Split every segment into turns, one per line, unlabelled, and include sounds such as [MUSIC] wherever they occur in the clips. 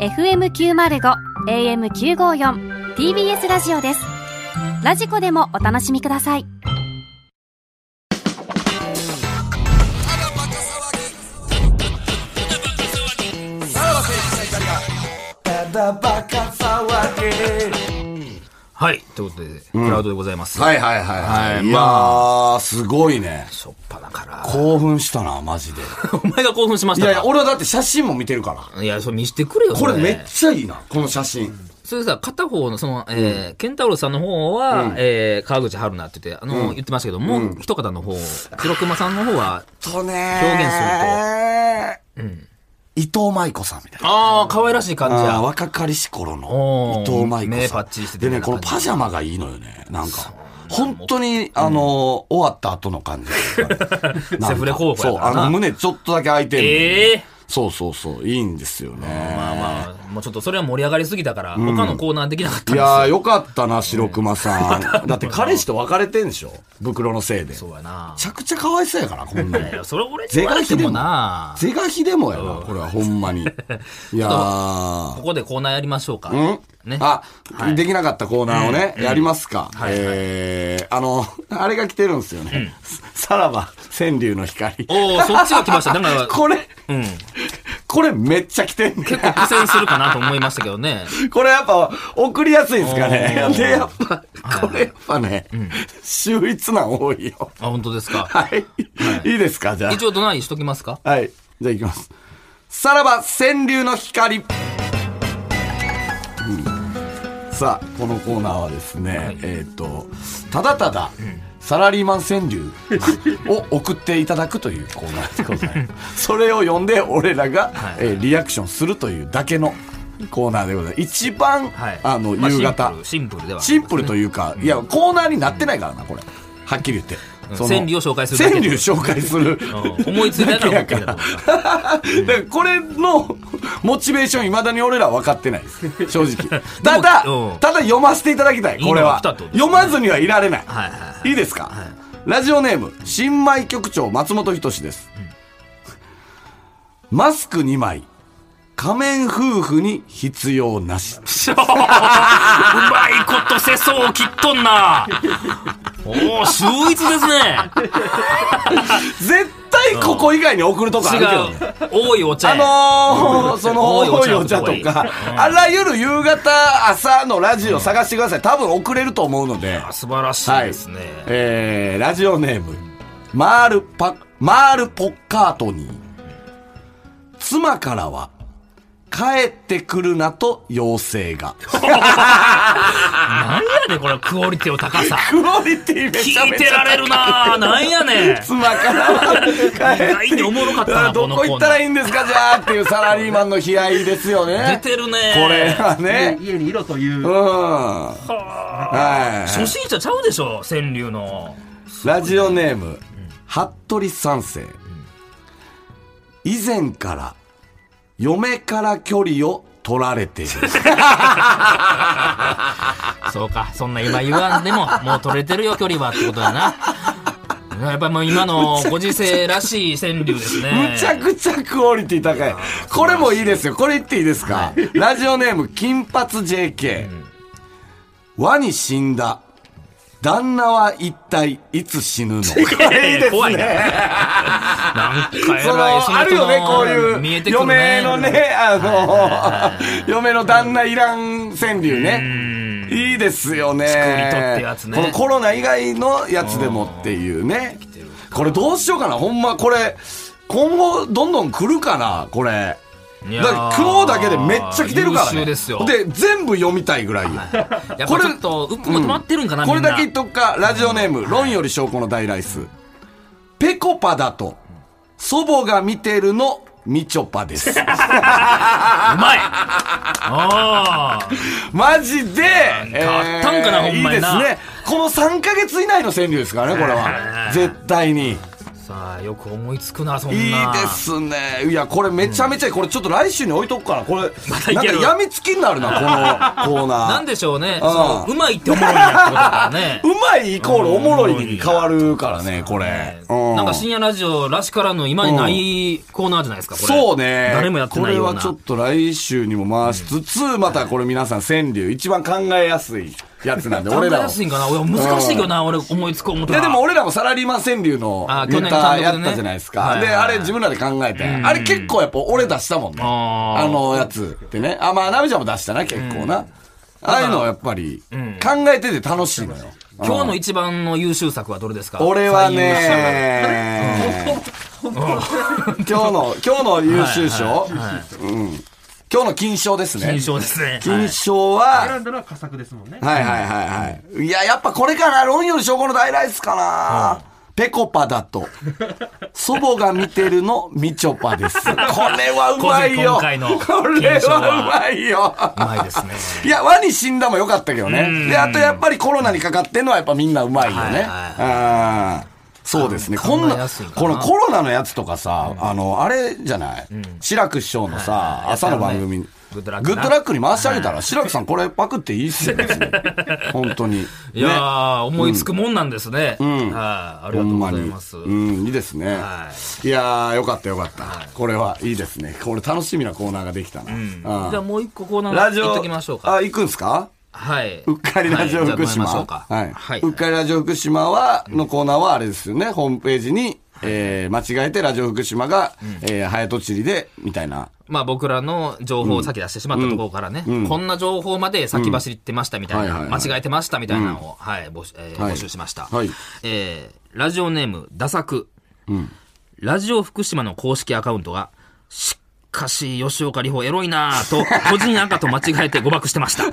FM905 AM954 TBS ラジオですラジコでもお楽しみください
はい、ということで、クラウドでございます。
はいはいはいはい。
はい
い、やー、すごいね。
しょっぱなから。
興奮したな、マジで。
お前が興奮しまし
い
たか
やいや、俺はだって写真も見てるから。
いや、それ見してくれよ。
これめっ
ゃ。
ちゃいいな、この写真。
それさ、片方の、その、えー、ケンタウロスさんの方は、えー、川口春奈って言って、あの、言ってましたけど、もう一方の方、黒熊さんの方は、
とね
表現
すると。伊藤舞子さんみたいな。
ああ、可愛らしい感じ
あー
や。
若かりし頃
おー
の伊藤舞子さん。
目パッチリしてて
でね、
みた
こ
い
の
な感じ
パジャマがいいのよね。なんか。本当に、あの、終わった後の感じ。 [LAUGHS] セ
セフレ候補や
そう、
から
あ
な
の、胸ちょっとだけ開いてる。
ええ
そうそうそう、いいんですよね。
まあまあ、もうちょっとそれは盛り上がりすぎたから、他のコーナーできなかったん
い
です
やー、
よ。
よかったな、白熊さ
[LAUGHS]
ん。だって彼氏と別れてんでしょ袋のせいで。め
そうやな。
ちゃくちゃ可哀想やから、こんない
や、
の。
それ俺に言われてもな。
是が非でもやな、これはほんま
[LAUGHS]
に。いやー
こ。こでコーナーやりましょうか。ね。
あ、できなかったコーナーをね、やりますか。
いはい
えー、あの、 [LAUGHS] あれが来てるんですよね。さらば、川柳の光。
おおそっちが来ました。なんか、
[LAUGHS] これ、
うん。
これめっちゃ来てんねん
結構苦戦するかなと思いましたけどね。
[LAUGHS] これやっぱ送りやすいんですか
お
ね。[LAUGHS]
ー
で、やっぱ、これやっぱね、秀逸なん多いよ。
あ、本当ですか。
はい。いいですかじゃ
一応どないしときますか
あ。はい。じゃあいきます。さらば、川柳の光。うんさあ、このコーナーはですね、
い
えっ、と、ただただ、サラリーマン川柳を送っていただくというコーナーでございます。それを読んで、俺らが、
はい
えーリアクションするというだけのコーナーでございます。一番、
はい。
あの、
ま
夕方、
シンプルシンプルではあ
シ
り
ン
ますね
プルというか、いや、コーナーになってないからな、これ。はっきり言って。
うん
その
川柳を紹介するだけ
川柳紹介する。
うん思いついたから
だけやから
思って。
だからこれのモチベーション、いまだに俺らは分かってないです。正
[LAUGHS]
直。ただ、
うん
ただ読ませていただきたい、これ
いいのが
は。
来たってことですね
読まずにはいられない。
はいはいはい
いいですか、ラジオネーム、新米局長、松本人志です。マスク2枚、仮面夫婦に必要なし。
い。うまいこと世相を切っとんな。おお秀逸ですね。
絶対ここ以外に送るとこあるけどね。
違う。多いお茶
あ
や。
のー、その、
多いお
多い
茶
お茶と
多い
か、あらゆる夕方、朝のラジオ探してください。多分遅れると思うので。
あ素晴らしい
はい
ですね。。
えー、ラジオネーム、マールパ、マールポッカートニー。妻からは、帰ってくるなと要請が。
なんやねんこれクオリティの高さ。
クオリティめちゃ
聞い
め
て
ちゃ
られるな。なんやねん。
妻からは [LAUGHS] 帰って
意外におもろかったな
ど
このコ
こ
ーナ
行
ー
ったらいいんですかじゃあっていうサラリーマンの悲哀ですよ
出
ね。
てるね。
これはね。
家にいろという
うん。はい。
初心者ちゃうでしょ川柳の。
ラジオネーム、服部三世。以前から、嫁から距離を取られている。
そうか、そんな今言わんでも、もう取れてるよ、距離はってことだな。やっぱもう今のご時世らしい川柳ですね。
むちゃくちゃクオリティ高い。これもいいですよ。これ言っていいですか、ラジオネーム、金髪 JK。ワニ死んだ。旦那は一体いつ死ぬのこれいいです
怖いな。
ね。
なんか偉い
その、あるよね、こう
見
い
え
う、
てくるね。
嫁のね、あの、嫁の旦那いらん川柳ね。いいですよね。
作り取ってやつね
このコロナ以外のやつでもっていうね。これどうしようかな、ほんま、これ、今後どんどん来るかな、これ。
いや
だ
ー
から今日だけでめっちゃ来てるから
優秀
ね。
ですよ。
で、全部読みたいぐらいよ。
やっぱちょっと、うっぷんが溜まってるんかな、
これ
みんな。
だけ言っとくか、ラジオネーム、論より証拠の大ライス。ペコパだと、祖母が見てるの、みちょぱ
[LAUGHS]
です。
うまいああ。
マジで、
かあったんかなほんまにない
いですね。この3ヶ月以内の川柳ですからね、これは。絶対に。
さあよく思いつくなそんない
いですね。いや、これめちゃめちゃいい。これちょっと来週に置いとくから、これ、なんか病みつきになるな、このコーナー。
なんでしょうねそのうまいっておもろいなってことだからね
[LAUGHS] うまいイコールおもろいに変わるからね、これ。う
なんか深夜ラジオらしからぬ今にないコーナーじゃないですか、これ。
そうね。
誰もやってないような。
これはちょっと来週にも回しつつ、またこれ皆さん川柳一番考えやすいやつなんで、
考え
俺ら
や
も。
すいんかな俺難しいよな、俺思いつく思った
で、
ら
でも、俺らもサラリーマン川柳の
あ去
ネタ
年単独でね
やったじゃないです
はい
か。
はい
で、
はい
あれ自分らで考えて。あれ結構やっぱ俺出したもんね。
あー
あのやつってね。あ、まあ、ナミちゃんも出したな、結構な。ああいうのやっぱり
ん
考えてて楽しいのよ。
今日の一番の優秀作はどれですか
俺は
最優秀
ね、 [LAUGHS] 今日の、今日の優秀賞
作はい
今日の金賞ですね
金。賞です
[LAUGHS]
ね。
金
賞。
賞は、
選んだのは佳作ですもんね。
はいはいはいはい。いや、やっぱこれかな。論より証拠の大ライスかな。ペコパだと。祖母が見てるの、みちょぱ
[LAUGHS]
です。これはうまいよ。
今回の
これはうまいよ。
うまいですね。
[LAUGHS] いや、ワニ死んだも良かったけどね。
ん
で、あとやっぱりコロナにかかってんのはやっぱみんなうまいよ
はい
ね。うんそうですね。
あ
こん
考え
な
やすい、かな
このコロナのやつとかさ、あの、あれじゃない志らく師匠のさ、朝の番組、グ
グッ
ッ
ド
ド
ラ
ラ
ックな
ックに回してあげたら、志らくさんこれパクっていいっすよ、別
[LAUGHS]
に本当に。
いや
ね。
ー、思いつくもんなんですね。はい、あ
ほ
りがとうんご
ま
ざい
に。
ます。
うん、いいですね。いやー、よかったよかった。これはいいですね。これ楽しみなコーナーができたな。うん
じゃあもう一個コーナー
ラジ
行っ
オ
ときましょう、か。
あ、行くんすか
はい。
うっかりラジオ福島。
はいじゃあ参りましょうか。
はい。うっかりラジオ福島は、のコーナーはあれですよね。ホームページに、えー、間違えてラジオ福島が、えー、早とちりで、みたいな。
まあ僕らの情報を先出してしまったところからね、こんな情報まで先走ってましたみたいな、
うんはいはいはい
間違えてましたみたいなのを、はい募集えー
はい
募集しました、
はい
えーラジオネーム、ダサク、ラジオ福島の公式アカウントが、しっかし吉岡里帆エロいなぁと、個人赤と間違えて誤爆して
[LAUGHS]
ました。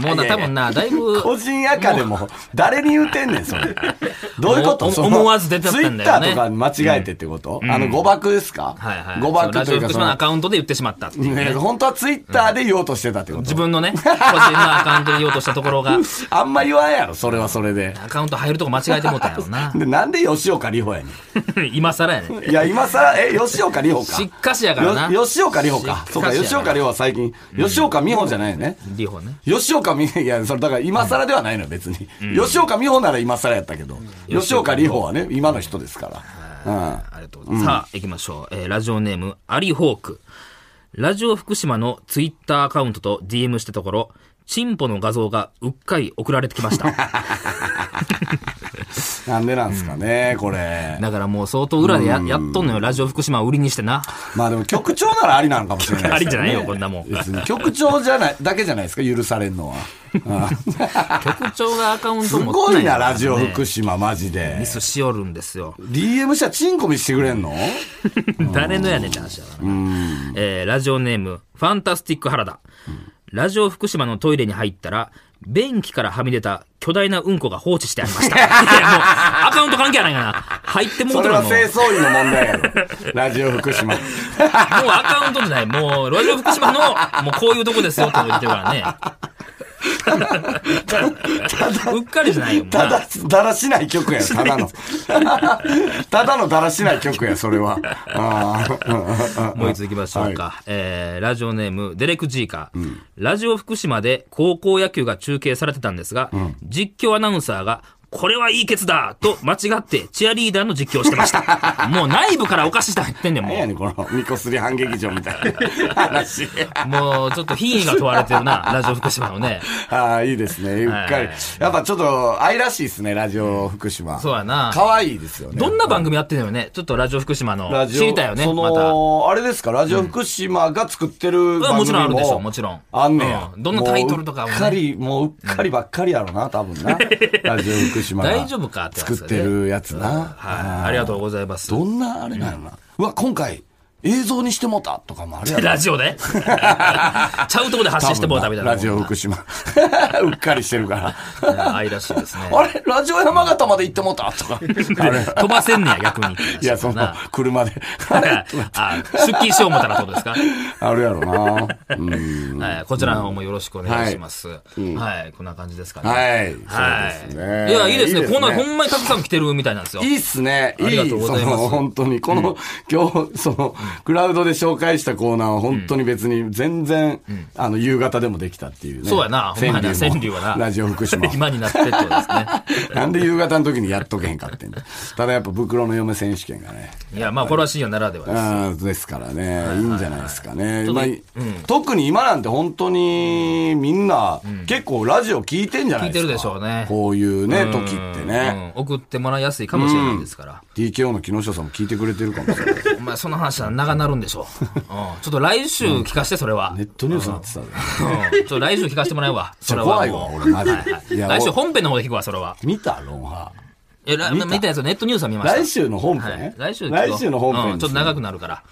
もうな、多分な、だいぶ、
個人赤でも、誰に言うてんねん、そ
[LAUGHS]
れ。どういうこと
お
その
思わず出ちゃったんだよね
ツイッターとかに間違えてってことあの、誤爆ですか
はいはい。
誤
その
爆と
ラジ
い
オ
うか、
福
そ
島の
の
ア、カウントで言ってしまったっていうね
ね、本当はツイッターで言おうとしてたってこと
自分のね、個人のアカウントで言おうとしたところが、
あんま言わんやろ、それはそれ
[LAUGHS]
で。
アカウント入るとこ間違えてもうたんやろな。
で、なんで吉岡里帆やね
[LAUGHS] 今更やね。
ん。いや、今さら、え、吉岡里帆か。
しっかしやからな。
よ吉岡里帆か。
しっ
そう
か
か、
しや
吉岡里帆は最近、吉岡美穂じゃないよね。
リホね。
吉岡美、いや、それだから今更ではないのよ、別に。吉岡美穂なら今更やったけど、吉岡里帆はね、今の人ですから。
ありがとうございます。さあ、行きましょう。えーラジオネーム、アリホーク。ラジオ福島のツイッターアカウントと DM したところ、チンポの画像がうっかり送られてき
[LAUGHS]
ました。
うん。なんでなんですかね、これ。
だからもう相当裏でややっとんのよ。ラジオ福島を売りにして
[LAUGHS]
な。
まあでも局長ならありなのかもしれないですね。
ありじゃないよ、こんなもん。
別に局長じゃない、だけじゃないですか、許されんのは。
局長がアカウン
す
ト持っ
ご
てないいの
な、
よ
ラジオ
ね
福島、マジで
ミ。スしよるんですよ。
DM したらチンコ見してくれんの
[LAUGHS] 誰のやねんって話だからな、えーラジオネームファンタスティック原田、ラジオ福島のトイレに入ったら便器からはみ出た巨大なうんこが放置してありました
[LAUGHS]
いやもうアカウント関係ないかな入っても
そう
と
れ
ら
は
もう
清掃員の問題やろ。ラジオ福島。
もうアカウントじゃないもうラジオ福島のもうこういうとこですよって言ってるからね
[LAUGHS]
[LAUGHS] うっかりじゃないよもうな
ただ、だらしない曲や、
[LAUGHS]
ただの。 [LAUGHS] ただのだらしない曲や、それは。あー
もう一つ行きましょうか、えーラジオネームデレク・ジーカー、ラジオ福島で高校野球が中継されてたんですが、実況アナウンサーがこれはいいケツだと間違ってチアリーダーの実況をしてましたもう内部からおかしい人入ってんねんも
何や
う
ねん、この、ミコスリ反劇場みたいな話。 [LAUGHS]
もうちょっと品位が問われてるなラジオ福島のね
ああ、いいですね。うっかり
はい。
やっぱちょっと、愛らしいですね、ラジオ福島。
そうやな
可愛いですよね。
どんな番組やってんのよねちょっとラジオ福島の
ラジオ
知りたいよね
そ
また
の、あれですか、ラジオ福島が作ってる番組
うん
も。
もちろんあるでしょもちろん
あんねや
うんどんなタイトルとかも
も
ね
ううっかり、もううっかりばっかりやろな、多分
[LAUGHS]
な。ラジオ福島が。
大丈夫かってやつだね
作ってるやつな。
はいありがとうございます
どんなあれなのな、うわ、今回、映像にしてもうたとかもあるやろ
[LAUGHS] ラジオでちゃうとこで発信してもうたみたいな。
ラジオ福島。 [LAUGHS] うっかりしてるから。
うん愛らしい
[LAUGHS]
ですね。
あれラジオ山形まで行ってもうたと
[LAUGHS]
か。あれ
飛ばせんねや、逆に。
いや、その
な、 [LAUGHS]
車で。あれ
ああ出勤しよう思ったらそうですか。
[LAUGHS] あるやろな。うん。
はい、こちらの方もよろしくお願いします。はい、こんな感じですかね。
はい
はい。
そうですね
いや、いいです
いい
ね。
ですね
こんな、ほんまにたくさん来てるみたいなんですよ。
いいっすね。い
ありが
い、
と
そう
ございます
の、本当に。この、今日、その、クラウドで紹介したコーナーは本当に別に全然、あの、夕方でもできたっていうね。
そうやな、ほんまやな、
も
川柳はな。。
ラジオ福島
[LAUGHS] 今になってってことですね。
[LAUGHS] なんで夕方の時にやっとけへんかってんのただやっぱ袋の嫁選手権が
[LAUGHS]
ね。
いや、まあ、これは深夜ならではです。
あーですからね、いいんじゃないですかね、
ちょっと
まあ特に今なんて本当にみんな、結構ラジオ聞いてんじゃないですか
聞いてるでしょうね
こういうね、時
うん
ってね、
うん送ってもらいやすいかもしれないですから。
TKO の木下さんも聞いてくれてるかもしれ
[LAUGHS]
ない
お前、その話は長なるんでしょう。うんちょっと来週聞かして、それは。う
ネ
ん
ットニュースになってたで
ちょっと来週聞かせてもらえば。それはもう。
怖いわ俺マジで
はいはい
いや
来週
お
本編の方で聞くわ、それは。
見たロンハ
え、ら見たやつ、ネットニュースは見ました。
来週の本
は
編、
い、来週
来週の本編、
うんちょっと長くなるから。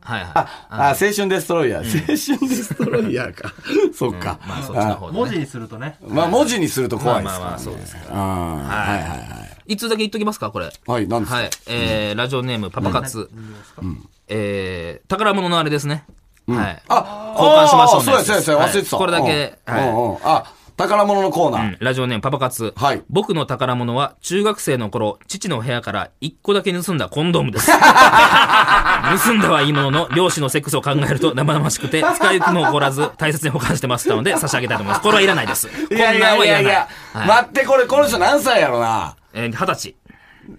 はいはい。
あ青春デストロイヤー、青春デストロイヤーか
[LAUGHS]
そっか、
まあそっちの方で、ね。
文字にするとね
あまあ文字にすると怖いです
まあまあま
か
あそうです
らねうんはいはいはい
いつだけ言っときますか、これ。
はい何ですか
はい。えー、ラジオネーム、パパ活。えー、宝物のあれですね。はい。
あ
交換しましょうね
あーそうやそうやそうや忘れてた、
はいこれだけ
うん
はい
うんうんあ宝物のコーナー、
うんラジオネームパパ活、
はい
僕の宝物は中学生の頃父の部屋から1個だけ盗んだコンドームです
[LAUGHS]
盗んだはいいものの漁師のセックスを考えると生々しくて使い行くも起こらず大切に保管してましたの
[LAUGHS]
で差し上げたいと思いますこれはいらないですこん
いや
なん
いや
はいいらな
や
い
いや、
はい
待って、これ、この人何歳やろな。
えー二十、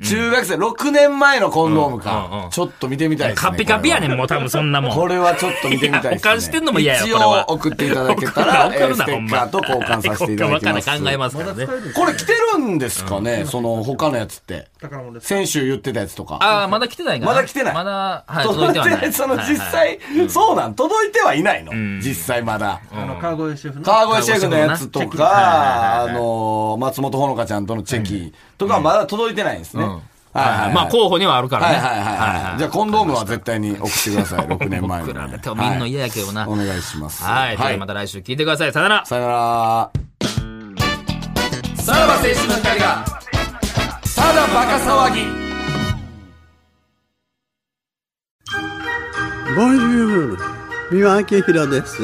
中学生、6年前のコンドーム
うんうんう
か
ん。
ちょっと見てみたい
歳
ですね。
カピカピやねんもう多分そんなもん
これは。これはちょっと見てみたいですね。
いや保管してんのも嫌や
一
これ
応
は
送っていただけた
[LAUGHS]
ら、え
送
ー
る
ス
な
テ
ほん
ッカ
ま
ーと交換させていただきま
交換
す。
考えますからね
これ来てるんですかねその他のやつって。
宝物です
先週言ってたやつとか。
ああまだ来てないかな
まだ来てない
まだはい
届い
[LAUGHS] 届い
て
てはな
[LAUGHS]
い
その
はい
実
はい
際、そうなん、届いてはいないの。実際まだ。
あの川越シェフの
川越シェフのやつと
チェキは
か、あのー、松本穂香ちゃんとのチェキとかはまだ届いてないんですね。はいはいはい
まあ候補にはあるから
は
ね
いはいはいはい。じゃあ、コンドームは絶対に送ってくださ
[LAUGHS]
い。6年前のね。
僕らだってみんな嫌やけどな
はいお願いします。
はい、ということでまた来週聞いてくださいさよなら
さよなら。
さらば青春の光が
ただバカ騒ぎ。
ボンジュール、三輪明宏です。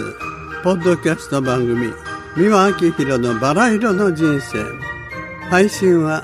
ポッドキャスト番組、三輪明宏のバラ色の人生。配信は